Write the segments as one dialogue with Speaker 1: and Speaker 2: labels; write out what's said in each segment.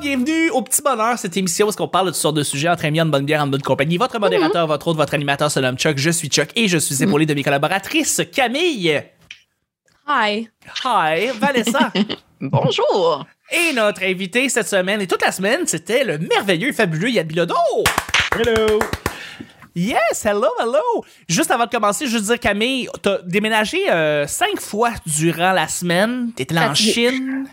Speaker 1: bienvenue au Petit Bonheur, cette émission où on parle de toutes sortes de sujets entre amis, en bonne bière, en bonne compagnie. Votre modérateur, votre autre, votre animateur se nomme Chuck. Je suis Chuck et je suis épaulé de mes collaboratrices Camille,
Speaker 2: Hi.
Speaker 1: Hi, Vanessa
Speaker 3: Bonjour.
Speaker 1: et notre invité cette semaine et toute la semaine, c'était le merveilleux et fabuleux Yann Bilodeau.
Speaker 4: Hello!
Speaker 1: Yes, hello, hello. Juste avant de commencer, je veux dire Camille, t'as déménagé euh, cinq fois durant la semaine. T'étais allé en
Speaker 2: Fatiguée.
Speaker 1: Chine,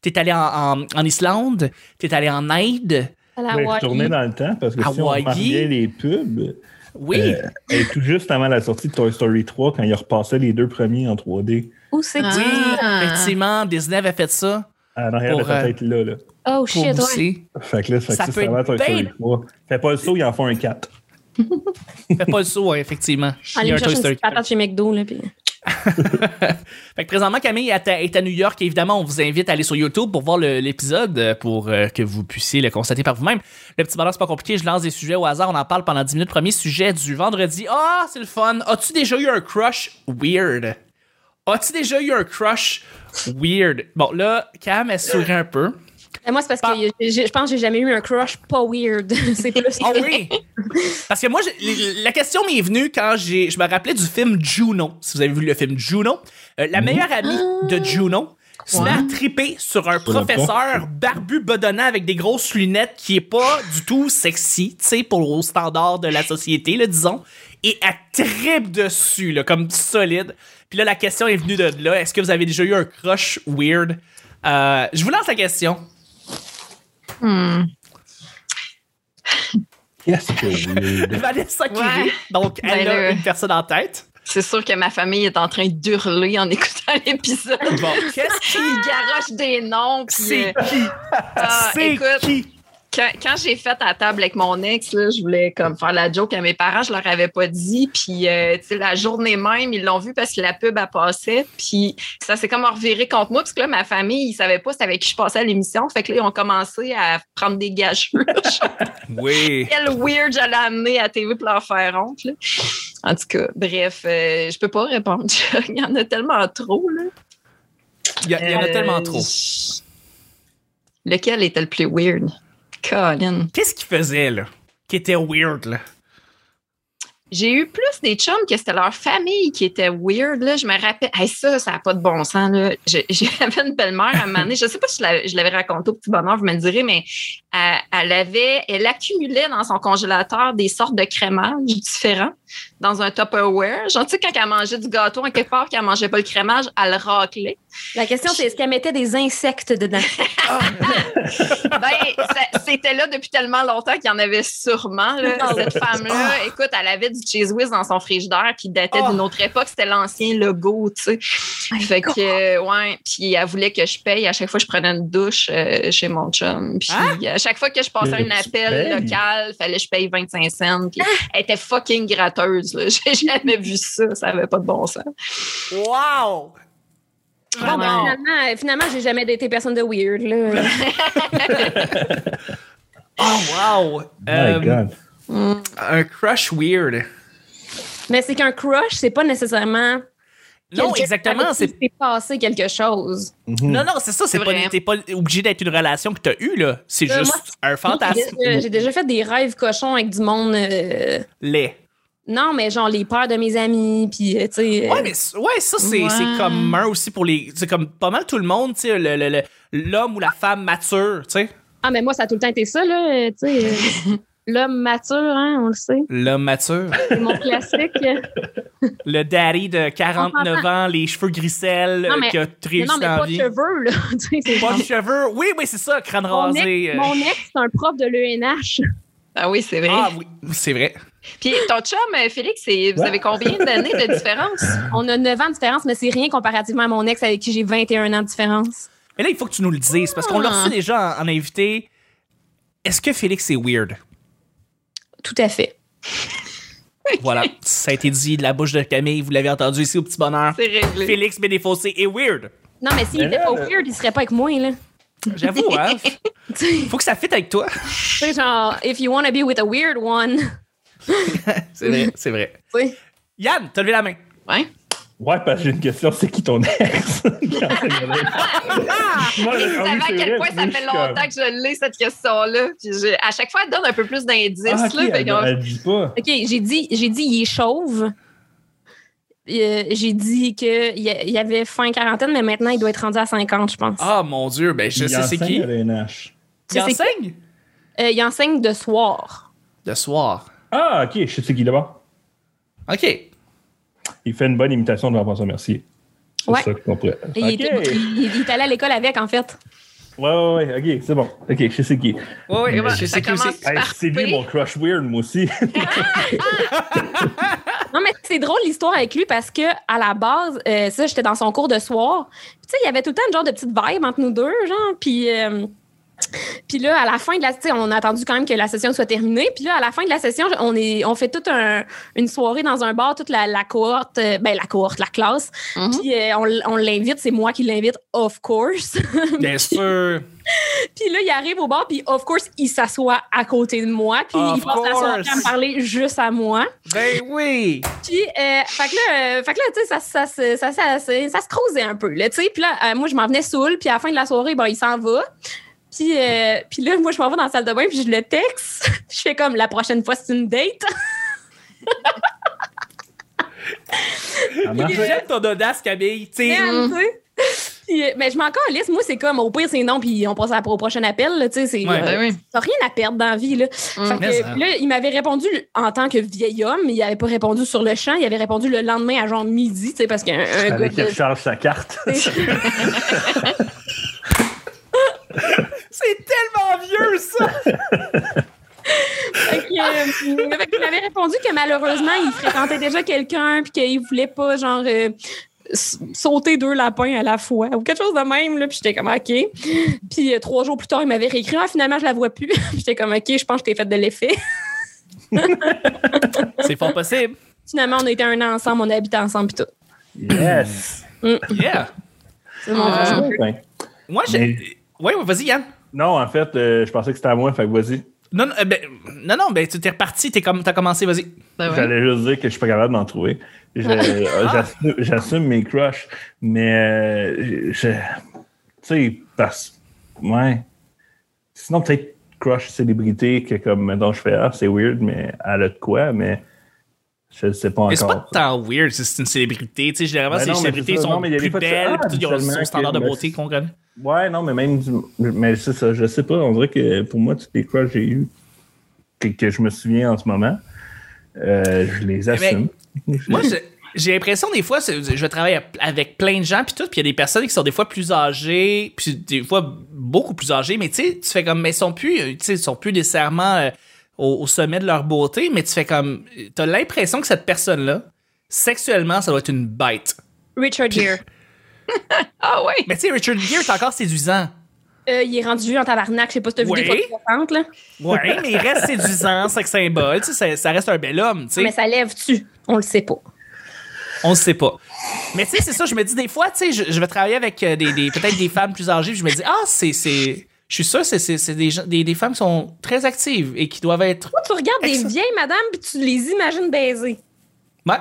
Speaker 1: t'es allé en, en, en Islande, t'es allé en Inde.
Speaker 2: À la
Speaker 4: Je vais
Speaker 2: Hawaii.
Speaker 4: retourner dans le temps parce que si on
Speaker 1: Hawaii.
Speaker 4: remarque bien les pubs,
Speaker 1: Oui.
Speaker 4: euh, et tout juste avant la sortie de Toy Story 3, quand ils repassaient les deux premiers en 3D,
Speaker 2: Où c'est
Speaker 3: Ah.
Speaker 1: Oui,
Speaker 2: que-
Speaker 1: effectivement, Disney avait fait ça
Speaker 4: en arrière de
Speaker 1: Pour,
Speaker 4: ta
Speaker 1: euh,
Speaker 4: tête là, là.
Speaker 2: Oh
Speaker 1: pour
Speaker 2: shit, ouais.
Speaker 1: aussi.
Speaker 4: Fait que là, fait que
Speaker 1: ça
Speaker 4: ça,
Speaker 1: peut
Speaker 4: c'est avant
Speaker 1: être
Speaker 4: Toy Story
Speaker 1: bien.
Speaker 4: 3. Fais pas le saut, ils en font un 4.
Speaker 1: Fais pas le saut, hein, effectivement. Il
Speaker 2: Aller
Speaker 1: y a
Speaker 2: me
Speaker 1: un Toy
Speaker 2: chercher une
Speaker 1: Story
Speaker 2: petite patate chez McDo, là, puis...
Speaker 1: Fait que présentement, Camille est à, est à New York. Évidemment, on vous invite à aller sur YouTube pour voir le- l'épisode, euh, pour euh, que vous puissiez le constater par vous-même. Le petit bonheur, c'est pas compliqué. Je lance des sujets au hasard. On en parle pendant 10 minutes. Premier sujet du vendredi. Ah, c'est le fun. As-tu déjà eu un crush weird? As-tu déjà eu un crush weird? Bon, là, Cam, elle sourit un peu.
Speaker 2: Mais moi, c'est parce que j'ai- j'ai- je pense que j'ai jamais eu un crush pas weird. c'est plus...
Speaker 1: Ah oui! Parce que moi, j'ai- la question m'est venue quand j'ai, je me rappelais du film Juno. Si vous avez vu le film Juno, Euh, la meilleure amie
Speaker 3: Ah!
Speaker 1: de Juno se met à triper sur un
Speaker 4: le
Speaker 1: professeur barbu bedonnant avec des grosses lunettes qui est pas du tout sexy, tu sais, pour au standard de la société, là, disons. Et elle tripe dessus, là, comme solide. Puis là, la question est venue de là. Est-ce que vous avez déjà eu un crush weird? Euh, je vous lance la question.
Speaker 4: Qu'est-ce que vous
Speaker 1: Vanessa Curie.
Speaker 3: Ouais.
Speaker 1: Donc, elle
Speaker 3: Ben
Speaker 1: a
Speaker 3: là.
Speaker 1: une personne en tête.
Speaker 3: C'est sûr que ma famille est en train d'hurler en écoutant l'épisode.
Speaker 1: Bon, qu'est-ce
Speaker 3: Puis ils garochent des noms. puis,
Speaker 1: C'est
Speaker 3: euh,
Speaker 1: qui?
Speaker 3: ah,
Speaker 1: C'est
Speaker 3: écoute,
Speaker 1: qui?
Speaker 3: quand, quand j'ai fait à table avec mon ex, là, je voulais comme faire la joke à mes parents, je leur avais pas dit. Puis euh, tu sais, la journée même, ils l'ont vu parce que la pub a passé. Puis ça s'est comme reviré contre moi parce que là, ma famille, ils savaient pas c'était avec qui je passais à l'émission. Fait que là, ils ont commencé à prendre des gâchures.
Speaker 1: Oui.
Speaker 3: Quel weird j'allais amener à TV pour leur faire honte. là. En tout cas, bref, euh, je peux pas répondre. Il y en a tellement trop. Là.
Speaker 1: Il y, a- il y en a
Speaker 3: Euh,
Speaker 1: tellement trop.
Speaker 3: je- Lequel était le plus weird? Colin.
Speaker 1: Qu'est-ce qu'il faisait, là? Qui était weird, là?
Speaker 3: J'ai eu plus des chums que c'était leur famille qui était weird. Là. Je me rappelle, Hey, ça, ça n'a pas de bon sens. là. Je- J'avais une belle-mère à un moment donné. Je ne sais pas si je l'avais- je l'avais raconté au petit bonheur, vous me le direz, mais elle, elle avait, elle accumulait dans son congélateur des sortes de crémages différents dans un Tupperware. Genre, tu sais, quand elle mangeait du gâteau en quelque part, qu'elle ne mangeait pas le crémage, elle le raclait.
Speaker 2: La question, c'est est-ce qu'elle mettait des insectes dedans?
Speaker 3: Ben, ça- c'était là depuis tellement longtemps qu'il y en avait sûrement. là.
Speaker 2: Ah.
Speaker 3: Cette femme-là, écoute, elle avait du cheese whiz dans son frigidaire qui datait
Speaker 1: Ah.
Speaker 3: d'une autre époque. C'était l'ancien logo, tu sais. Fait que, euh, ouais. Puis elle voulait que je paye. À chaque fois, je prenais une douche euh, chez mon chum. Puis
Speaker 1: Hein?
Speaker 3: à chaque fois que je passais
Speaker 4: Tu
Speaker 3: un appel
Speaker 4: payes?
Speaker 3: local, fallait que je paye 25 cents. Puis
Speaker 1: Ah!
Speaker 3: elle était fucking gratteuse. là. J'ai jamais vu ça. Ça avait pas de bon sens.
Speaker 1: Wow!
Speaker 2: Bon, ben,
Speaker 3: Vraiment.
Speaker 2: finalement, euh, finalement, j'ai jamais été personne de weird, là.
Speaker 1: Oh, wow!
Speaker 4: My
Speaker 1: Euh,
Speaker 4: God.
Speaker 1: un crush weird.
Speaker 2: Mais c'est qu'un crush, c'est pas nécessairement.
Speaker 1: Non,
Speaker 2: quelqu'un
Speaker 1: exactement.
Speaker 2: avec qui
Speaker 1: C'est...
Speaker 2: s'est passé quelque chose. Euh,
Speaker 4: Mhm.
Speaker 1: Non, non, c'est ça. C'est
Speaker 3: C'est
Speaker 1: pas,
Speaker 3: vrai.
Speaker 1: t'es pas obligé d'être une relation que t'as eue, là. C'est
Speaker 2: Euh,
Speaker 1: juste
Speaker 2: moi,
Speaker 1: un fantasme.
Speaker 2: J'ai déjà- J'ai déjà fait des rêves cochons avec du monde. euh,
Speaker 1: Laid.
Speaker 2: Non, mais genre les peurs de mes amis, puis euh, tu sais. euh,
Speaker 1: Ouais, mais c- ouais, ça, c'est
Speaker 3: Ouais.
Speaker 1: c'est commun aussi pour les. C'est comme pas mal tout le monde, tu sais, le- le- le- l'homme ou la femme mature, tu sais.
Speaker 2: Ah, mais moi, ça a tout le temps été ça, là. euh, Tu sais, euh, l'homme mature, hein, on le sait.
Speaker 1: L'homme mature.
Speaker 2: C'est mon classique. euh.
Speaker 1: Le daddy de 49 ans, les cheveux grissels,
Speaker 2: Non, mais-
Speaker 1: qui a
Speaker 2: Mais
Speaker 1: réussi
Speaker 2: non, mais
Speaker 1: dans la
Speaker 2: pas de
Speaker 1: vie.
Speaker 2: cheveux, là. Tu sais, c'est
Speaker 1: Pas
Speaker 2: genre-
Speaker 1: de cheveux. Oui, oui, c'est ça, crâne
Speaker 2: Mon
Speaker 1: rasé.
Speaker 2: ex,
Speaker 1: euh.
Speaker 2: mon ex, c'est un prof de l'ENH.
Speaker 3: Ah oui, c'est vrai.
Speaker 1: Ah oui, c'est vrai.
Speaker 3: Puis ton chum, euh, Félix, c'est- vous
Speaker 4: Ouais.
Speaker 3: avez combien d'années de différence?
Speaker 2: On a 9 ans de différence, mais c'est rien comparativement à mon ex avec qui j'ai 21 ans de différence.
Speaker 1: Mais là, il faut que tu nous le dises, parce qu'on l'a
Speaker 2: Ah.
Speaker 1: reçu déjà en, en invité. Est-ce que Félix est weird?
Speaker 2: Tout à fait.
Speaker 1: Voilà, ça a été dit de la bouche de Camille, vous l'avez entendu ici au petit bonheur.
Speaker 3: C'est réglé.
Speaker 1: Félix Bénéfossé est weird.
Speaker 2: Non, mais s'il
Speaker 4: Mais
Speaker 2: était
Speaker 4: là,
Speaker 2: pas
Speaker 4: là-
Speaker 2: weird, il serait pas avec moi, là.
Speaker 1: J'avoue, hein?
Speaker 2: Tu sais,
Speaker 1: Faut que ça fitte avec toi.
Speaker 2: tu sais, genre, if you want to be with a weird one.
Speaker 1: C'est vrai, c'est vrai.
Speaker 2: Tu sais.
Speaker 1: Yann, t'as levé la main.
Speaker 3: Ouais.
Speaker 4: Ouais, parce que j'ai une question, c'est qui ton ex? Quand c'est le même. Moi,
Speaker 3: Je
Speaker 4: ah oui,
Speaker 3: savais à
Speaker 4: c'est
Speaker 3: quel
Speaker 4: vrai,
Speaker 3: point ça fait
Speaker 4: oui, je suis comme-
Speaker 3: longtemps que je l'ai, cette question-là. Puis j'ai- à chaque fois, elle donne un peu plus d'indices.
Speaker 4: Ah, ok,
Speaker 3: là, fait
Speaker 4: elle,
Speaker 3: qu'on-
Speaker 4: elle dit pas.
Speaker 5: OK, j'ai dit, j'ai dit il est chauve. Euh, j'ai dit qu'il y avait fin quarantaine, mais maintenant, il doit être rendu à 50, je pense.
Speaker 1: Ah mon dieu, ben je
Speaker 4: Il
Speaker 1: sais c'est
Speaker 4: enseigne
Speaker 1: qui.
Speaker 4: à l'NH.
Speaker 1: Il
Speaker 5: Tu sais
Speaker 1: enseigne
Speaker 5: Euh, il enseigne de soir.
Speaker 1: de soir.
Speaker 4: Ah, ok, je sais c'est qui d'abord.
Speaker 1: OK.
Speaker 4: Il fait une bonne imitation de Jean-François Mercier. C'est
Speaker 5: Ouais.
Speaker 4: ça que je comprends. Ok.
Speaker 5: Et Il, était- il- il est allé à l'école avec, en fait.
Speaker 4: Ouais, ouais, ouais, ok, c'est bon. Ok, je sais qui.
Speaker 5: Oh,
Speaker 1: Ouais, ouais,
Speaker 3: Mais
Speaker 1: je sais
Speaker 3: ça
Speaker 1: qui aussi.
Speaker 3: commence-
Speaker 4: Hey, c'est lui
Speaker 3: Parfait.
Speaker 4: mon crush weird, moi aussi.
Speaker 5: Ah, Non, mais c'est drôle l'histoire avec lui parce que à la base, euh, ça, j'étais dans son cours de soir. Puis, tu sais, il y avait tout le temps une genre de petite vibe entre nous deux, genre. Puis, euh, puis là, à la fin de la, tu sais, on a attendu quand même que la session soit terminée. Puis là, à la fin de la session, on est, on fait toute un- une soirée dans un bar, toute la, la cohorte, euh, ben la cohorte, la classe.
Speaker 3: Mhm.
Speaker 4: Mm-hmm.
Speaker 5: Puis euh, on, l- on l'invite, c'est moi qui l'invite, of course.
Speaker 1: Bien sûr.
Speaker 5: puis là, il arrive au bar, puis of course, il s'assoit à côté de moi, puis
Speaker 1: Of
Speaker 5: il passe la soirée à
Speaker 1: course.
Speaker 5: me parler juste à moi.
Speaker 1: Ben oui.
Speaker 5: Puis, euh, fait que là, euh, fait que là, tu sais, ça, ça, se- ça, ça, se- ça se creusait un peu, là, tu sais. Puis là, euh, moi, je m'en venais saoul, puis à la fin de la soirée, bon, il s'en va. Puis, euh, puis là, moi, je m'en vais dans la salle de bain, puis je le texte. Puis je fais comme, la prochaine fois, c'est une date.
Speaker 4: Ça marche.
Speaker 1: J'aime ton audace, Camille. Tu sais,
Speaker 5: Man, tu sais. Puis, euh, mais je m'en calisse. Moi, c'est comme, au pire, c'est non, puis on passe à- au prochain appel, là, tu sais. C'est
Speaker 1: Ouais.
Speaker 5: euh,
Speaker 3: Ben oui.
Speaker 5: t'as rien à perdre dans la vie, là. Fait que,
Speaker 1: Mais ça.
Speaker 5: là, il m'avait répondu en tant que vieil homme, mais il avait pas répondu sur le champ. Il avait répondu le lendemain à genre midi, tu sais, parce qu'un un gars
Speaker 4: Avec
Speaker 5: de-
Speaker 4: qu'elle charge sa carte.
Speaker 1: c'est tellement vieux, ça.
Speaker 5: Fait que, euh, fait qu'il m'avait répondu que malheureusement, il fréquentait déjà quelqu'un puis qu'il voulait pas, genre, euh, s- sauter deux lapins à la fois ou quelque chose de même. Là, puis j'étais comme, OK. Puis euh, trois jours plus tard, il m'avait réécrit, ah, finalement, je la vois plus. Puis j'étais comme, OK, je pense que je t'ai fait de l'effet.
Speaker 1: C'est fort possible.
Speaker 5: Finalement, on était un an ensemble, on habitait ensemble puis tout.
Speaker 4: Yes.
Speaker 1: Yeah.
Speaker 5: C'est mon
Speaker 3: Ah.
Speaker 5: jeu.
Speaker 4: Ouais.
Speaker 1: Moi, j'ai.
Speaker 4: Mais-
Speaker 1: Ouais, ouais, vas-y, Yann.
Speaker 4: Non, en fait, euh, je pensais que c'était à moi, fait que vas-y.
Speaker 1: Non, non, euh, ben, non, non, ben, tu t'es reparti, t'es comme, t'as commencé, vas-y.
Speaker 3: Ben oui.
Speaker 4: J'allais juste dire que je suis pas capable d'en trouver.
Speaker 1: Ah.
Speaker 4: Je- euh, j'assume- J'assume mes crushs, mais euh, je- tu sais, parce ouais. Sinon peut-être crush célébrité que comme maintenant je fais ah c'est weird mais elle a de quoi mais je sais pas encore.
Speaker 1: Mais c'est pas tant weird si c'est une célébrité. Tu sais, généralement,
Speaker 4: Ben
Speaker 1: c'est les
Speaker 4: non, mais
Speaker 1: célébrités
Speaker 4: c'est ça.
Speaker 1: sont
Speaker 4: Non, mais il y a
Speaker 1: plus
Speaker 4: des fois que tu-
Speaker 1: belles,
Speaker 4: Ah,
Speaker 1: puis tout, ils ont son
Speaker 4: habituellement,
Speaker 1: standard de
Speaker 4: que-
Speaker 1: beauté qu'on connaît.
Speaker 4: Ouais non mais même du- mais c'est ça je sais pas on dirait que pour moi tous les crushs que j'ai eu que, que je me souviens en ce moment euh, je les assume.
Speaker 1: Moi, Eh ben, je- j'ai l'impression des fois, c'est- je travaille avec plein de gens puis tout, puis il y a des personnes qui sont des fois plus âgées, puis des fois beaucoup plus âgées, mais tu sais, tu fais comme, mais ils sont plus, euh, tu sais, ils sont plus nécessairement euh, au, au sommet de leur beauté, mais tu fais comme, euh, t'as l'impression que cette personne-là, sexuellement, ça doit être une bête.
Speaker 5: Richard Gere.
Speaker 3: Ah oui.
Speaker 1: Mais tu sais, Richard Gere est encore séduisant.
Speaker 5: Euh, il est rendu en tabarnak, je sais pas si t'as vu
Speaker 1: Oui.
Speaker 5: des photos récentes, là.
Speaker 1: Ouais, mais il reste séduisant, sex symbole, tu sais, ça, ça reste un bel homme, tu sais.
Speaker 5: Mais ça lève-tu? On le sait pas.
Speaker 1: On le sait pas. Mais tu sais, c'est ça, je me dis des fois, tu sais, je, je vais travailler avec euh, des, des- peut-être des femmes plus âgées, puis je me dis, ah, c'est. c'est je suis sûr, c'est, c'est, c'est des, gens- des, des femmes qui sont très actives et qui doivent être.
Speaker 5: Toi, tu regardes
Speaker 1: Excellent.
Speaker 5: des vieilles madames puis tu les imagines baiser.
Speaker 1: Ouais,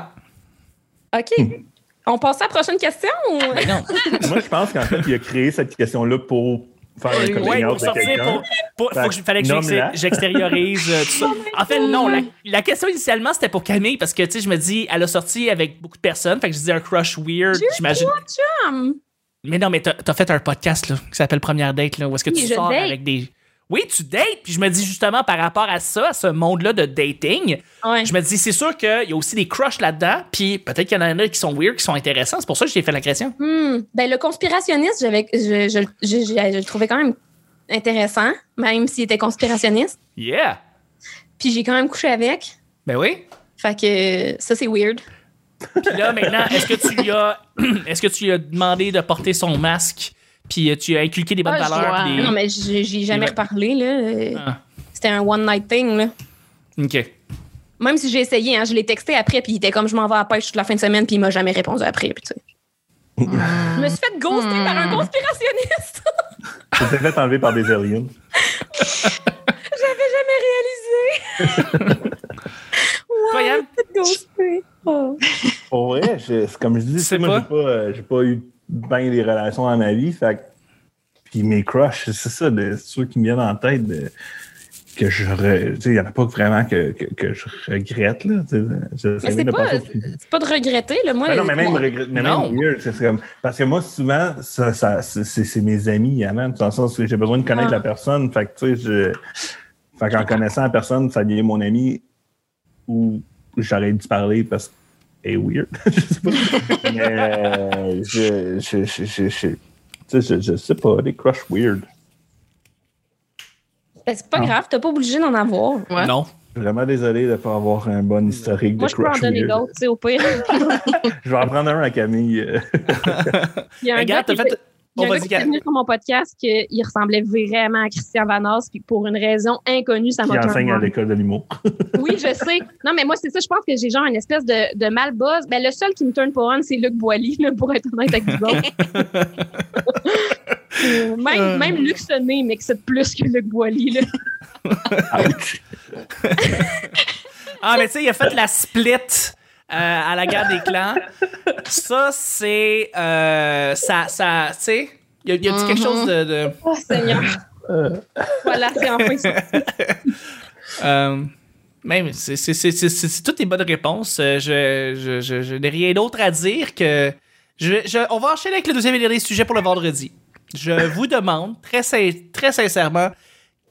Speaker 5: OK. On passe à la prochaine question ou.
Speaker 1: Hmm. ben non.
Speaker 4: Moi, je pense qu'en fait, il a créé cette question-là pour faire un coming
Speaker 1: Ouais,
Speaker 4: out
Speaker 1: pour
Speaker 4: de
Speaker 1: sortir,
Speaker 4: quelqu'un.
Speaker 1: pour, pour- faut que, je- fallait que j'ex-
Speaker 4: Nomme-la.
Speaker 1: j'extériorise euh, tout ça. En fait, non, la, la question initialement, c'était pour Camille, parce que, tu sais, je me dis, elle a sorti avec beaucoup de personnes, fait que je disais un crush weird,
Speaker 5: J'ai eu
Speaker 1: j'imagine.
Speaker 5: Ah, Chum!
Speaker 1: Mais non, mais t'as, t'as fait un podcast là, qui s'appelle Première Date, là, où est-ce que
Speaker 5: Oui,
Speaker 1: tu
Speaker 5: je
Speaker 1: sors
Speaker 5: date.
Speaker 1: avec des. Oui, tu dates. Puis je me dis justement par rapport à ça, à ce monde-là de dating,
Speaker 5: Ouais.
Speaker 1: je me dis, c'est sûr qu'il y a aussi des crushs là-dedans. Puis peut-être qu'il y en a qui sont weird, qui sont intéressants. C'est pour ça que j'ai fait la question.
Speaker 5: Hmm. Ben, le conspirationniste, j'avais, je, je- je- je- je le trouvais quand même intéressant, même s'il était conspirationniste.
Speaker 1: Yeah.
Speaker 5: Puis j'ai quand même couché avec.
Speaker 1: Ben oui.
Speaker 5: Fait que ça, c'est weird.
Speaker 1: Puis là, maintenant, est-ce que tu lui as, est-ce que tu lui as demandé de porter son masque? Puis euh, tu lui as inculqué des bonnes
Speaker 3: Ah, je
Speaker 1: valeurs.
Speaker 3: vois.
Speaker 1: puis des-
Speaker 5: Non, mais j'ai j'ai jamais
Speaker 1: Ouais.
Speaker 5: reparlé, là. Euh,
Speaker 1: Ah.
Speaker 5: C'était un one-night thing, là.
Speaker 1: OK.
Speaker 5: Même si j'ai essayé, hein, je l'ai texté après, puis il était comme je m'en vais à la pêche toute la fin de semaine, puis il m'a jamais répondu après. Puis, tu sais.
Speaker 1: Ah.
Speaker 5: je me suis fait ghoster
Speaker 3: Hmm.
Speaker 5: par un conspirationniste.
Speaker 4: Tu t'es fait enlever par des aliens.
Speaker 5: J'avais jamais réalisé.
Speaker 1: Toi, Yann?
Speaker 5: Wow, je
Speaker 4: Ah.
Speaker 5: me suis fait ghoster. Oh.
Speaker 4: Pour vrai, je- c'est comme je dis,
Speaker 1: Tu sais
Speaker 4: moi,
Speaker 1: pas?
Speaker 4: j'ai pas, euh, j'ai pas eu bien des relations dans ma vie. Fait que- Puis mes crushs, c'est ça, de, ceux qui me viennent en tête. de- que je. re- Tu sais, il n'y en a pas vraiment que, que, que je regrette, là. tu sais, j'essaie
Speaker 5: c'est
Speaker 4: de
Speaker 5: pas-
Speaker 4: penser au-
Speaker 5: C'est pas de regretter, là. Moi,
Speaker 4: Ben non, mais même, regret- mais même
Speaker 1: Non.
Speaker 4: weird, c'est comme- parce que moi, souvent, ça, ça, c'est c'est mes amis, Yannan, dans le sens que j'ai besoin de connaître
Speaker 5: Ah.
Speaker 4: la personne. Fait que, tu sais, je- fait qu'en connaissant la personne, ça devient mon ami ou j'aurais dû parler parce qu'elle est weird. je sais pas. mais euh, je, je, je, je, je- tu sais, je- je sais pas, des crushs weird.
Speaker 5: Ben, c'est pas
Speaker 4: Ah.
Speaker 5: grave, t'es pas obligé d'en avoir.
Speaker 3: Ouais.
Speaker 1: Non.
Speaker 4: Vraiment désolé de ne pas avoir un bon historique
Speaker 5: Moi,
Speaker 4: de
Speaker 5: je peux en
Speaker 4: crush
Speaker 5: donner
Speaker 4: weird.
Speaker 5: d'autres, tu sais, au pire.
Speaker 4: Je vais en prendre un à Camille. euh,
Speaker 5: Ah, Il y a un gars
Speaker 1: Regarde, t'as
Speaker 5: qui
Speaker 1: fait.
Speaker 5: Il y a
Speaker 1: Bon,
Speaker 5: un gars
Speaker 1: vas-y,
Speaker 5: qui
Speaker 1: Kat.
Speaker 5: est venu sur mon podcast qu'il ressemblait vraiment à Christian Vanoss, puis pour une raison inconnue, ça
Speaker 4: qui
Speaker 5: m'a
Speaker 4: enseigne à
Speaker 5: turned
Speaker 4: l'école de l'humour.
Speaker 5: on. Oui, je sais. Non, mais moi, c'est ça, je pense que j'ai genre une espèce de, de mal buzz. Ben, le seul qui me tourne pas on, c'est Luc Boilly, là, pour être honnête avec vous autres. Euh, même, même Luc Sonné m'excite plus que Luc Boilly, là.
Speaker 4: Ouch!
Speaker 1: Ah, mais tu sais, il a fait la split euh, à la guerre des clans. Ça, c'est. euh, ça. ça tu sais, il a, il a dit quelque chose de. de
Speaker 5: Oh, Seigneur. Euh. voilà, c'est enfin ça.
Speaker 1: euh, même, c'est c'est- c'est- c'est- c'est- c'est toutes les bonnes réponses. Euh, Je, je, je, je n'ai rien d'autre à dire que. Je, je- on va enchaîner avec le deuxième et dernier sujet pour le vendredi. Je vous demande, très, sin- très sincèrement,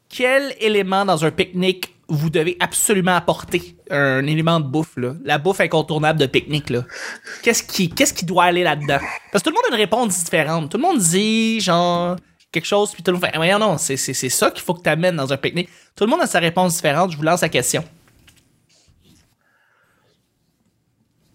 Speaker 1: quel élément dans un pique-nique vous devez absolument apporter? Un élément de bouffe, là. La bouffe incontournable de pique-nique, là. Qu'est-ce qui, qu'est-ce qui doit aller là-dedans? Parce que tout le monde a une réponse différente. Tout le monde dit, genre, quelque chose, puis tout le monde fait, Ah, voyons, non, c'est, c'est- c'est ça qu'il faut que tu amènes dans un pique-nique. Tout le monde a sa réponse différente. Je vous lance la question.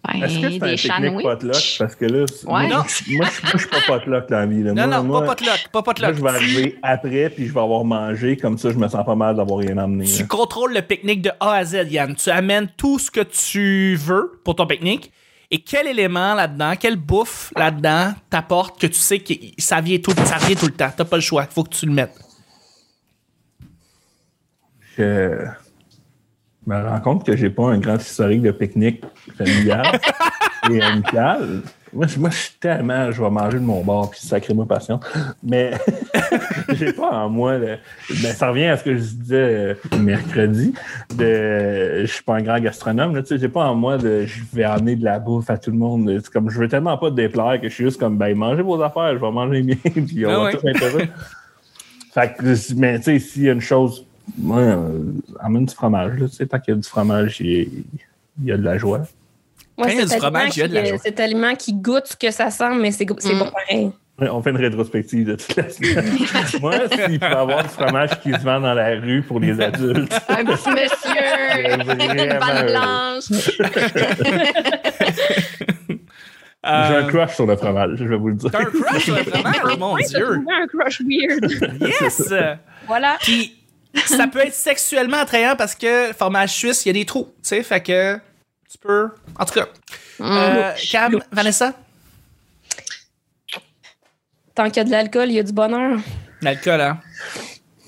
Speaker 3: Ben,
Speaker 4: Est-ce que c'est un
Speaker 3: des
Speaker 4: pique-nique potluck?
Speaker 3: sandwichs.
Speaker 4: Parce que là, c'est- moi,
Speaker 3: Ouais.
Speaker 4: moi, je moi, je suis pas potluck dans la vie. là.
Speaker 1: Non,
Speaker 4: moi,
Speaker 1: non,
Speaker 4: moi,
Speaker 1: pas potluck, pas
Speaker 4: moi,
Speaker 1: potluck.
Speaker 4: je vais arriver après, puis je vais avoir mangé. Comme ça, je me sens pas mal d'avoir rien emmené.
Speaker 1: Tu
Speaker 4: là.
Speaker 1: contrôles le pique-nique de A à Z, Yann. Tu amènes tout ce que tu veux pour ton pique-nique. Et quel élément là-dedans, quelle bouffe là-dedans t'apporte que tu sais que ça vient tout, ça vient tout le temps. T'as pas le choix. Faut que tu le mettes.
Speaker 4: Je me rends compte que j'ai pas un grand historique de pique-nique familial et amical. Moi, je- moi, je suis tellement. Je vais manger de mon bord, puis sacrément patient. Mais j'ai pas en moi. le- Mais ça revient à ce que je disais euh, mercredi. De, je suis pas un grand gastronome. là, tu sais, J'ai pas en moi de. Je vais amener de la bouffe à tout le monde. C'est comme, je veux tellement pas te déplaire que je suis juste comme, ben, mangez vos affaires, je vais manger les miens, puis on
Speaker 1: Ah
Speaker 4: va
Speaker 1: ouais.
Speaker 4: tout être heureux. Fait que, mais tu sais, s'il y a une chose, moi, euh, amène du fromage, là, tu sais, tant qu'il y a du fromage, il y a, il y a de la joie.
Speaker 5: Moi,
Speaker 1: Quand il y a du
Speaker 5: cet
Speaker 1: fromage, il
Speaker 5: aliment
Speaker 1: y a de la
Speaker 5: qui, euh,
Speaker 1: joie.
Speaker 5: cet aliment qui goûte ce que ça sent, mais c'est go- c'est
Speaker 3: Mm.
Speaker 5: bon pareil.
Speaker 4: Ouais, On fait une rétrospective de toute la semaine. Moi, s'il peut y avoir du fromage qui se vend dans la rue pour les adultes,
Speaker 3: Un petit monsieur,
Speaker 4: C'est
Speaker 3: une
Speaker 4: vraiment
Speaker 3: balle blanche.
Speaker 4: j'ai
Speaker 1: Euh,
Speaker 4: un crush sur le fromage, je vais vous le dire.
Speaker 1: T'as un crush sur le fromage, mon
Speaker 5: Enfin, t'as
Speaker 1: Dieu.
Speaker 5: trouvé un crush weird.
Speaker 1: Yes!
Speaker 5: voilà.
Speaker 1: Puis ça peut être sexuellement attrayant parce que le fromage suisse, il y a des trous. Tu sais, fait que tu peux. En tout cas, euh, Cam, Vanessa,
Speaker 5: Tant qu'il y a de l'alcool, il y a du bonheur.
Speaker 1: l'alcool, hein?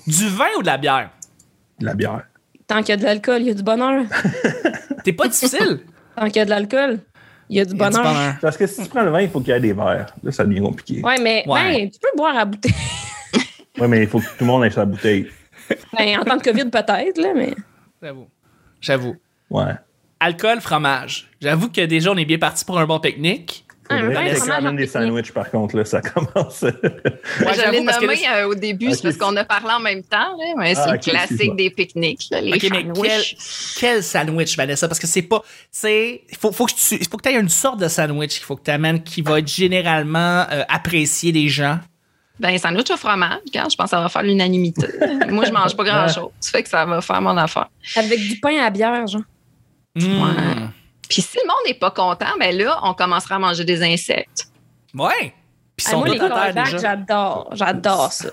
Speaker 1: Du vin ou de la bière?
Speaker 4: De la bière.
Speaker 5: Tant qu'il y a de l'alcool, il y a du bonheur.
Speaker 1: T'es pas difficile?
Speaker 5: Tant qu'il y a de l'alcool, il y a du
Speaker 1: Il y a du
Speaker 5: bonheur.
Speaker 1: bonheur.
Speaker 4: Parce que si tu prends le vin, il faut qu'il y ait des verres. Là, ça devient compliqué. Ouais,
Speaker 5: Ouais, mais
Speaker 1: Ouais.
Speaker 5: ben, tu peux boire à bouteille.
Speaker 4: mais il faut que tout le monde ait sa bouteille.
Speaker 5: Ben, en temps de COVID, peut-être, là, mais.
Speaker 1: J'avoue. J'avoue.
Speaker 4: Ouais.
Speaker 1: Alcool, fromage. J'avoue que déjà, on est bien parti pour un bon pique-nique.
Speaker 5: Ah, un vin,
Speaker 4: Faudrait que
Speaker 5: un
Speaker 4: quelqu'un
Speaker 5: fromage,
Speaker 4: amène
Speaker 5: un
Speaker 4: des
Speaker 5: pique-nique.
Speaker 4: sandwichs, par contre, là, ça commence.
Speaker 1: Ouais,
Speaker 3: je l'ai
Speaker 1: j'avoue, parce que là,
Speaker 3: nommé euh, au début,
Speaker 4: Ok,
Speaker 3: c'est parce qu'on a parlé en même temps, là, mais c'est
Speaker 4: Ah,
Speaker 3: le
Speaker 4: ok, excuse-moi.
Speaker 3: classique des pique-niques, là, les
Speaker 1: Ok, mais quel,
Speaker 3: sandwichs.
Speaker 1: quel sandwich, Vanessa? Parce que c'est pas. Tu sais, il faut, faut que tu faut que aies une sorte de sandwich qu'il faut que tu amènes qui va être généralement euh, apprécié des gens.
Speaker 3: Ben, sandwich au fromage, regarde, je pense que ça va faire l'unanimité. Moi, je mange pas
Speaker 4: Ah.
Speaker 3: grand-chose. Ça fait que ça va faire mon affaire.
Speaker 5: Avec du pain à bière, genre.
Speaker 1: Hmm.
Speaker 3: Ouais. Puis si le monde n'est pas content, ben là, on commencera à manger des insectes.
Speaker 1: Ouais. Puis ils
Speaker 5: Ah,
Speaker 1: sont
Speaker 5: moi, les
Speaker 1: tous à terre
Speaker 5: callbacks,
Speaker 1: déjà.
Speaker 5: j'adore. J'adore ça.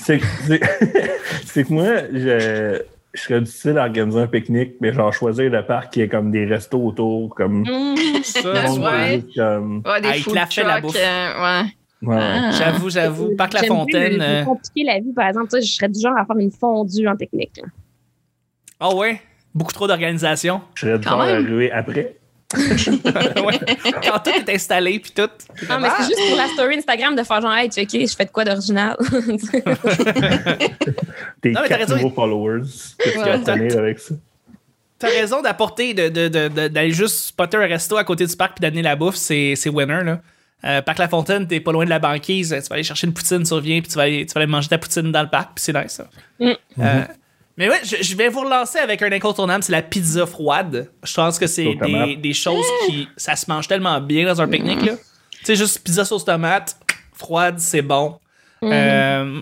Speaker 4: C'est que, c'est- c'est que moi, je, je serais difficile à organiser un pique-nique, mais genre choisir le parc qui est comme des restos autour, comme.
Speaker 5: Mm, Mmh.
Speaker 1: Ça,
Speaker 4: Tout le monde
Speaker 1: ouais.
Speaker 3: ouais.
Speaker 4: peut juste, comme-
Speaker 3: Ouais, des
Speaker 1: Ah, il
Speaker 3: food
Speaker 1: te la fait, la
Speaker 3: trucks,
Speaker 1: bouffe.
Speaker 3: euh, ouais.
Speaker 4: ouais.
Speaker 3: Ah.
Speaker 1: J'avoue, j'avoue. Euh, Parc La Fontaine. euh,
Speaker 5: compliquer la vie, par exemple. Tu sais, Je serais du genre à faire une fondue en pique-nique. là.
Speaker 1: Ah ouais? Beaucoup trop d'organisation.
Speaker 4: Je serais du
Speaker 3: Quand
Speaker 4: genre à
Speaker 3: même.
Speaker 4: ruer après.
Speaker 1: Ouais. Quand tout est installé, puis tout.
Speaker 5: Non, mais
Speaker 1: Ah!
Speaker 5: c'est juste pour la story Instagram de faire genre, hey, checker, je fais de quoi d'original.
Speaker 4: Des
Speaker 1: Non, mais t'as
Speaker 4: quatre
Speaker 1: raison.
Speaker 4: nouveaux followers. Qu'est-ce
Speaker 1: Ouais.
Speaker 4: qu'on va tenir avec ça?
Speaker 1: T'as raison d'apporter, d'aller de, de, d'aller juste spotter un resto à côté du parc puis d'amener la bouffe, c'est c'est winner, là. Euh, parc La Fontaine, t'es pas loin de la banquise, tu vas aller chercher une poutine, tu reviens, puis tu vas aller, tu vas aller manger ta poutine dans le parc, puis c'est nice, ça.
Speaker 5: Mm.
Speaker 1: Euh, mais ouais, je, je vais vous relancer avec un incontournable, c'est la pizza froide. Je pense que c'est
Speaker 4: Totalement.
Speaker 1: des, des choses qui. Ça se mange tellement bien dans un pique-nique, là. Tu sais, juste pizza sauce tomate, froide, c'est bon. Euh,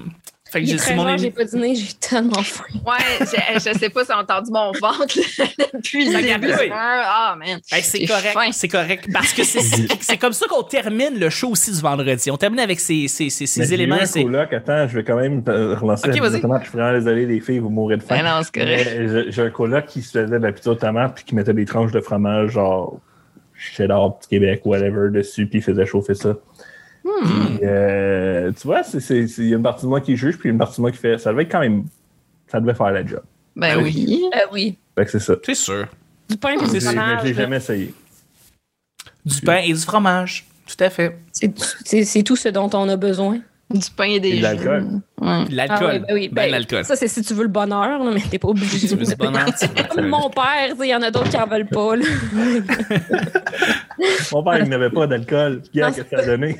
Speaker 1: fait que
Speaker 5: Mm. Il
Speaker 1: j'ai
Speaker 5: est
Speaker 1: c'est
Speaker 5: très
Speaker 1: mon
Speaker 5: genre,
Speaker 1: émi-
Speaker 5: j'ai pas dîné, j'ai tellement faim.
Speaker 3: Ouais, je, je sais pas si on a entendu mon ventre là, depuis le
Speaker 1: Ça
Speaker 3: début.
Speaker 1: gargouille.
Speaker 3: Ah, man.
Speaker 1: Hey, Ben, c'est
Speaker 3: J'ai
Speaker 1: correct,
Speaker 3: faim.
Speaker 1: c'est correct. Parce que c'est- c'est comme ça qu'on termine le show aussi du vendredi. On termine avec ces, ces, ces, ces
Speaker 4: Mais j'ai eu
Speaker 1: éléments.
Speaker 4: un
Speaker 1: ces-
Speaker 4: coloc, attends, je vais quand même euh, relancer
Speaker 1: Ok,
Speaker 4: la pizza
Speaker 1: vas-y.
Speaker 4: tomate. Je suis vraiment désolé, les filles, vous mourrez de faim.
Speaker 3: Ben non, c'est correct.
Speaker 4: Mais j'ai- J'ai un coloc qui se faisait de la pizza tomate puis qui mettait des tranches de fromage, genre cheddar, petit Québec, whatever, dessus, puis il faisait chauffer ça. Puis, euh, tu vois, c'est- c'est- c'est- il y a une partie de moi qui juge, puis une partie de moi qui fait. Ça devait être quand même. Ça devait faire la job.
Speaker 3: Ben oui.
Speaker 5: Euh, oui.
Speaker 4: Fait que c'est ça.
Speaker 1: C'est sûr.
Speaker 5: Du pain et du
Speaker 4: J'ai- Mais je l'ai
Speaker 5: fromage. là.
Speaker 4: jamais essayé.
Speaker 1: Du pain et du fromage. Tout à fait.
Speaker 5: C'est- C'est c'est tout ce dont on a besoin.
Speaker 3: Du pain et
Speaker 4: Et
Speaker 3: des
Speaker 4: de l'alcool.
Speaker 3: jus. Ouais.
Speaker 1: Puis de L'alcool.
Speaker 5: Ah oui, ben oui,
Speaker 1: Ben,
Speaker 5: ben,
Speaker 1: de l'alcool.
Speaker 5: Ça, c'est si tu veux le bonheur, là, mais t'es pas obligé.
Speaker 1: C'est bon, hein?
Speaker 5: Comme mon père, tu sais, il y en a d'autres qui en veulent pas. là.
Speaker 4: Mon père, il n'avait pas d'alcool. Regarde ce que ça a donné.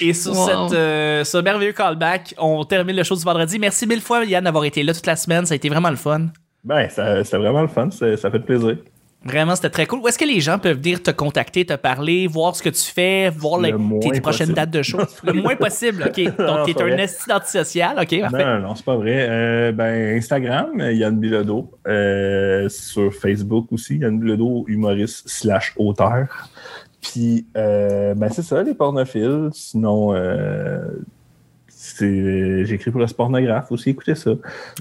Speaker 1: Et sur
Speaker 3: Wow.
Speaker 1: cette, euh, ce merveilleux callback, on termine le show du vendredi. Merci mille fois, Yann, d'avoir été là toute la semaine. Ça a été vraiment le fun.
Speaker 4: ben, ça- c'était vraiment le fun. c'est- Ça fait plaisir.
Speaker 1: Vraiment, c'était très cool. Où est-ce que les gens peuvent venir te contacter, te parler, voir ce que tu fais, voir
Speaker 4: Le
Speaker 1: les-
Speaker 4: moins
Speaker 1: tes, tes prochaines
Speaker 4: possible.
Speaker 1: dates de show? le moins possible, OK.
Speaker 4: Non,
Speaker 1: Donc, t'es
Speaker 4: c'est
Speaker 1: un
Speaker 4: vrai.
Speaker 1: esti antisocial, OK, parfait.
Speaker 4: Non, non, non, c'est pas vrai. Euh, ben, Instagram, euh, Yann Bilodeau. Euh, sur Facebook aussi, Yann Bilodeau, humoriste slash auteur. Puis, euh, ben, c'est ça, les pornophiles. Sinon, euh, c'est- j'écris pour le pornographe aussi, écoutez ça.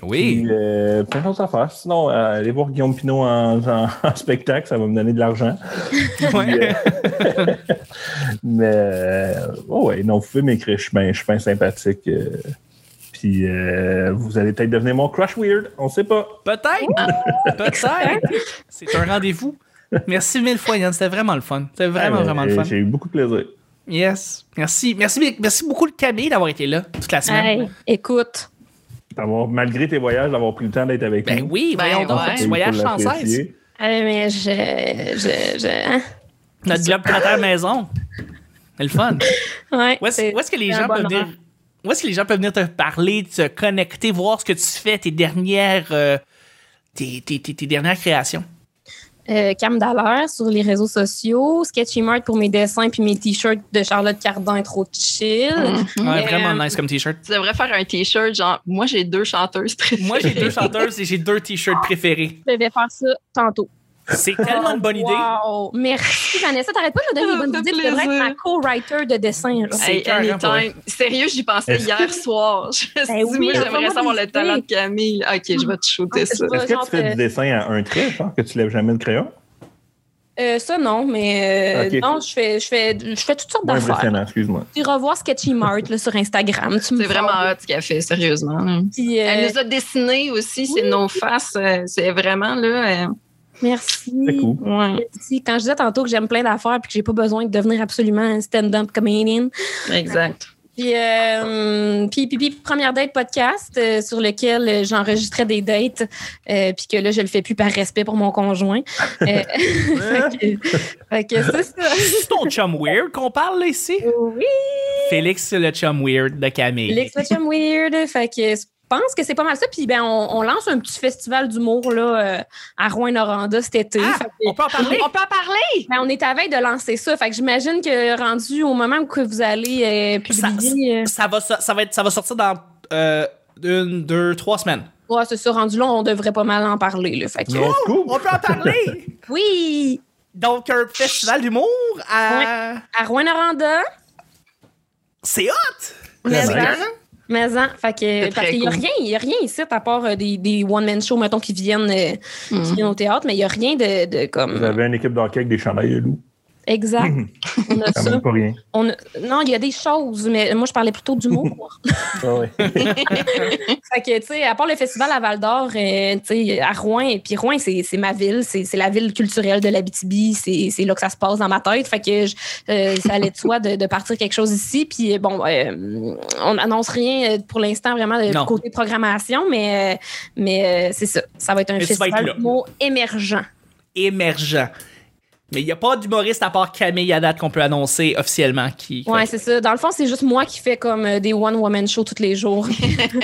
Speaker 1: Oui.
Speaker 4: Puis, euh, plein d'autres affaires. Sinon, euh, allez voir Guillaume Pinot en, en- en spectacle, ça va me donner de l'argent. euh,
Speaker 1: Ouais.
Speaker 4: Mais, euh, oh ouais, non, vous pouvez m'écrire, je suis bien je suis bien sympathique. euh, puis, euh, vous allez peut-être devenir mon crush weird, on sait pas.
Speaker 1: Peut-être. Peut-être. C'est un rendez-vous. Merci mille fois, Yann. C'était vraiment le fun. C'était vraiment,
Speaker 4: Ah, mais
Speaker 1: vraiment le fun.
Speaker 4: J'ai eu beaucoup de plaisir.
Speaker 1: Yes. Merci. Merci, merci beaucoup, le Camille, d'avoir été là toute la semaine.
Speaker 5: Hey, écoute,
Speaker 4: D'avoir, malgré tes voyages, d'avoir pris le temps d'être avec
Speaker 1: Ben
Speaker 4: nous.
Speaker 1: oui,
Speaker 3: Ben
Speaker 1: voyons donc.
Speaker 3: ouais.
Speaker 1: Tu voyages sans cesse.
Speaker 4: cesse.
Speaker 5: euh, mais je. je, je hein?
Speaker 1: Notre job à maison. C'est le fun.
Speaker 5: Ouais,
Speaker 1: Où est-ce
Speaker 5: c'est-
Speaker 1: où est-ce que les
Speaker 5: c'est un
Speaker 1: gens peuvent
Speaker 5: bonheur.
Speaker 1: venir... Où est-ce que les gens peuvent venir te parler, te connecter, voir ce que tu fais, tes dernières, euh, tes, tes- tes- tes dernières créations?
Speaker 5: Euh, Cam Dallaire sur les réseaux sociaux, Sketchy Mart pour mes dessins puis mes t-shirts de Charlotte Cardin, trop chill.
Speaker 3: Mm.
Speaker 1: Ouais,
Speaker 5: Euh,
Speaker 1: vraiment nice comme t-shirt.
Speaker 3: Tu devrais faire un t-shirt genre, moi j'ai deux chanteuses préférées.
Speaker 1: Moi, j'ai deux chanteuses et j'ai deux t-shirts préférés.
Speaker 2: Je vais faire ça tantôt.
Speaker 1: C'est tellement une bonne idée.
Speaker 5: Wow. Merci Vanessa, t'arrêtes pas de me donner des bonnes idées.
Speaker 3: Ça fait
Speaker 5: Tu devrais être
Speaker 3: plaisir.
Speaker 5: ma co-writer de dessin. genre.
Speaker 1: C'est hein,
Speaker 3: Hey,
Speaker 1: carrément pas
Speaker 3: anytime. Sérieux, j'y pensais
Speaker 4: Est-ce
Speaker 3: hier soir. Je
Speaker 5: Ben
Speaker 3: me suis dit,
Speaker 5: oui,
Speaker 3: moi, j'aimerais
Speaker 5: vraiment
Speaker 3: ça avoir le
Speaker 5: des
Speaker 3: talent de
Speaker 5: idées.
Speaker 3: Camille. Ok, je vais te shooter
Speaker 5: Ah,
Speaker 3: ça.
Speaker 5: c'est
Speaker 4: Est-ce que
Speaker 5: Genre
Speaker 4: tu fais
Speaker 5: que-
Speaker 4: du dessin à un trait, genre que tu lèves jamais le crayon?
Speaker 5: Euh, ça non, mais euh,
Speaker 4: Ok.
Speaker 5: non, je fais, je fais, je fais toutes sortes
Speaker 4: Moins
Speaker 5: d'affaires.
Speaker 4: impressionnant, excuse-moi.
Speaker 5: Tu revois Sketchy Mart là, sur Instagram. Tu me
Speaker 3: C'est
Speaker 5: vois.
Speaker 3: vraiment hot ce qu'elle fait, sérieusement. là.
Speaker 5: Puis, euh,
Speaker 3: Elle nous a dessiné aussi, c'est
Speaker 5: oui.
Speaker 3: nos faces. euh, C'est vraiment là. euh,
Speaker 5: Merci.
Speaker 4: C'est cool.
Speaker 3: ouais,
Speaker 5: Merci. Quand je disais tantôt que j'aime plein d'affaires puis que j'ai pas besoin de devenir absolument un stand-up comedian.
Speaker 3: exact.
Speaker 5: Puis, euh, puis, puis, puis, première date podcast euh, sur lequel euh, j'enregistrais des dates, euh, puis que là, je le fais plus par respect pour mon conjoint. Euh, fait que, fait que c'est ça.
Speaker 1: C'est ton chum weird qu'on parle là, ici?
Speaker 5: Oui,
Speaker 1: Félix, le chum weird de Camille.
Speaker 5: Lex Lutchum Weird. Fait que je pense que c'est pas mal ça. Puis, ben, on, on lance un petit festival d'humour là, euh, à Rouen-Noranda cet été.
Speaker 1: Ah,
Speaker 5: Fait que-
Speaker 1: on peut en parler?
Speaker 3: On peut en parler?
Speaker 5: Ben, on est à veille de lancer ça. Fait que j'imagine que rendu au moment où que vous allez euh, publier, euh,
Speaker 1: Ça va, so- ça va, être, ça va sortir dans euh, une, deux, trois semaines.
Speaker 5: ouais, c'est ça, rendu là, on devrait pas mal en parler. Là, fait que,
Speaker 4: Non, scoop.
Speaker 1: On peut en parler!
Speaker 5: Oui!
Speaker 1: Donc, un festival d'humour à...
Speaker 5: À Rouen-Noranda,
Speaker 1: C'est hot!
Speaker 4: Très
Speaker 5: Maison.
Speaker 4: nice.
Speaker 5: Maison. Fait
Speaker 3: C'est
Speaker 5: que, parce
Speaker 3: très
Speaker 5: qu'il n'y a,
Speaker 3: cool.
Speaker 5: rien- il y a rien ici, à part euh, des, des one-man shows, mettons, qui viennent, euh, qui viennent au théâtre, mais il n'y a rien de, de
Speaker 4: Vous
Speaker 5: comme.
Speaker 4: avez une équipe d'hockey avec des chandails de loup.
Speaker 5: Exact. On a
Speaker 4: Ça ne
Speaker 5: ça.
Speaker 4: pas rien.
Speaker 5: On a- Non, il y a des choses, mais moi, je parlais plutôt d'humour.
Speaker 4: Ah ouais.
Speaker 5: fait que, tu sais, à part le festival à Val d'Or, euh, tu sais, à Rouen, et puis Rouen, c'est c'est ma ville, c'est c'est la ville culturelle de l'Abitibi, c'est c'est là que ça se passe dans ma tête. Fait que je- euh, ça allait de soi de, de partir quelque chose ici. Puis euh, bon, euh, on n'annonce rien euh, pour l'instant vraiment de
Speaker 1: Non.
Speaker 5: côté programmation, mais, euh, mais euh, c'est ça. Ça va être un
Speaker 1: Mais tu vas être là.
Speaker 5: festival d'humour émergent.
Speaker 1: émergent. Mais il n'y a pas d'humoriste à part Camille à date qu'on peut annoncer officiellement qui.
Speaker 5: Ouais, c'est ça. Dans le fond, c'est juste moi qui fais comme euh, des one-woman shows tous les jours.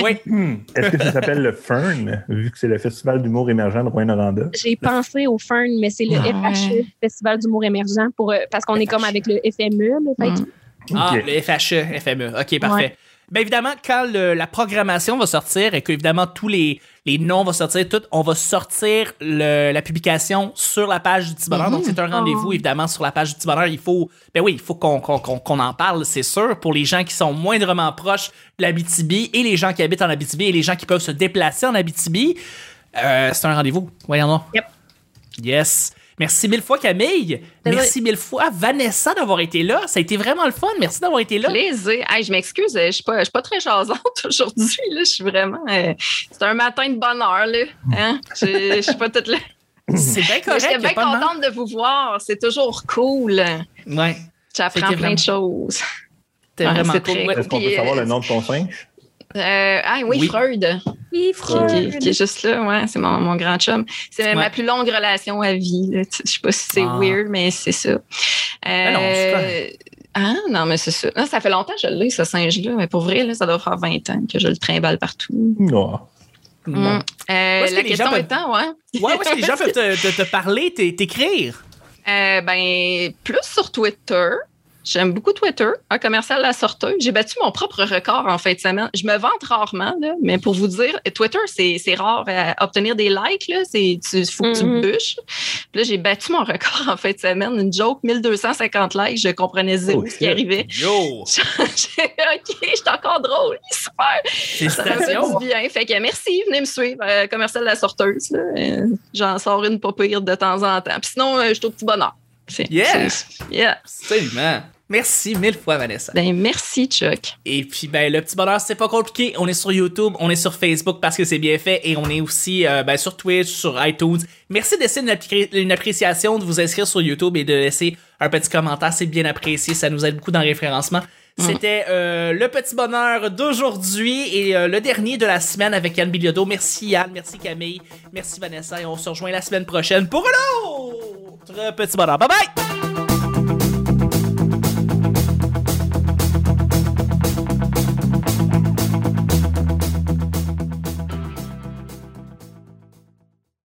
Speaker 1: Ouais.
Speaker 4: Hmm. Est-ce que ça s'appelle le Fern, vu que c'est le festival d'humour émergent de Rouen-Noranda?
Speaker 2: J'ai pensé au Fern, mais c'est le
Speaker 3: Ouais.
Speaker 5: E,
Speaker 2: FHE, Festival d'humour émergent, pour, euh, parce qu'on est comme avec le
Speaker 5: E,
Speaker 2: FME. Là, fait que-
Speaker 1: Ah,
Speaker 4: Ok.
Speaker 1: le FHE, FME. E. OK, parfait.
Speaker 5: Ouais.
Speaker 1: Bien évidemment, quand le- la programmation va sortir et que évidemment tous les, les noms vont sortir, tout, on va sortir le- la publication sur la page du petit bonheur.
Speaker 5: Mhm.
Speaker 1: Donc c'est un
Speaker 5: Oh.
Speaker 1: rendez-vous évidemment sur la page du petit bonheur. Il faut, ben oui, il faut qu'on qu'on- qu'on- qu'on en parle, c'est sûr, pour les gens qui sont moindrement proches de l'Abitibi et les gens qui habitent en Abitibi et les gens qui peuvent se déplacer en Abitibi. Euh, c'est un rendez-vous, voyons donc.
Speaker 5: Yep.
Speaker 1: Yes. Merci mille fois Camille.
Speaker 5: Plaisir.
Speaker 1: Merci mille fois Vanessa d'avoir été là. Ça a été vraiment le fun. Merci d'avoir été là.
Speaker 3: Plaisir. Hey, je m'excuse, euh, je ne suis, pas- je suis pas très jasante aujourd'hui. là. Je suis vraiment. euh, c'est un matin de bonheur. Là. Hein? Je je suis pas toute là.
Speaker 1: C'est bien
Speaker 3: Mais
Speaker 1: correct.
Speaker 3: J'étais
Speaker 1: y a
Speaker 3: bien
Speaker 1: pas de mal.
Speaker 3: contente de vous voir. C'est toujours cool.
Speaker 1: Ouais.
Speaker 3: J'apprends
Speaker 1: C'était
Speaker 3: plein
Speaker 1: vraiment-
Speaker 3: de choses.
Speaker 1: T'es
Speaker 3: Ouais,
Speaker 1: vraiment
Speaker 3: c'est
Speaker 1: cool.
Speaker 3: très
Speaker 1: Ouais.
Speaker 4: Est-ce qu'on peut
Speaker 3: Puis,
Speaker 4: savoir
Speaker 3: euh,
Speaker 4: le nom de ton singe?
Speaker 3: Euh, ah oui,
Speaker 1: Oui.
Speaker 3: Freud,
Speaker 5: Oui,
Speaker 3: qui, qui- qui est juste là, ouais, c'est mon, mon grand chum. C'est
Speaker 1: Ouais.
Speaker 3: ma plus longue relation à vie. là. Tu- Je sais pas si c'est
Speaker 1: Ah. Ben
Speaker 3: weird, mais c'est ça. Euh,
Speaker 1: non, c'est correct.
Speaker 3: ah non, mais c'est ça. Non, ça fait longtemps que je l'ai, ce singe-là, mais pour vrai, là, ça doit faire 20 ans que je le trimballe partout.
Speaker 4: Non.
Speaker 1: Bon.
Speaker 3: Mm. Euh,
Speaker 1: Où est-ce que les
Speaker 3: la
Speaker 1: gens
Speaker 3: question
Speaker 1: peuvent-
Speaker 3: étant, ouais.
Speaker 1: Ouais, ouais, les gens peuvent te, te- te parler, t'é- t'écrire.
Speaker 3: Euh, ben, plus sur Twitter. J'aime beaucoup Twitter, un commercial la sorteuse. J'ai battu mon propre record en fin de semaine. Je me vante rarement, là, mais pour vous dire, Twitter, c'est c'est rare à obtenir des likes. Il faut que tu
Speaker 5: Mhm.
Speaker 3: bûches. Puis là, j'ai battu mon record en fin de semaine. Une joke, 1250 likes. Je comprenais zéro
Speaker 4: Oh,
Speaker 3: ce qui
Speaker 4: shit.
Speaker 3: arrivais.
Speaker 1: Yo!
Speaker 3: OK, je suis encore drôle. Super! Ça me fait
Speaker 1: Félicitations!
Speaker 3: du bien. Fait que merci, venez me suivre, euh, commercial la sorteuse. là. Euh, J'en sors une pas pire de temps en temps. Puis sinon, euh, je suis au petit bonheur. C'est-
Speaker 1: Yeah.
Speaker 3: c'est- yeah.
Speaker 1: Absolument. Merci mille fois, Vanessa.
Speaker 3: Ben, merci, Chuck.
Speaker 1: Et puis, ben, le petit bonheur, c'est pas compliqué. On est sur YouTube, on est sur Facebook parce que c'est bien fait et on est aussi euh, ben, sur Twitch, sur iTunes. Merci de laisser une, appré- une appréciation, de vous inscrire sur YouTube et de laisser un petit commentaire. C'est bien apprécié, ça nous aide beaucoup dans le référencement. C'était euh, le petit bonheur d'aujourd'hui et euh, le dernier de la semaine avec Anne Biliodo. Merci Anne, merci Camille, merci Vanessa et on se rejoint la semaine prochaine pour un autre petit bonheur. Bye bye!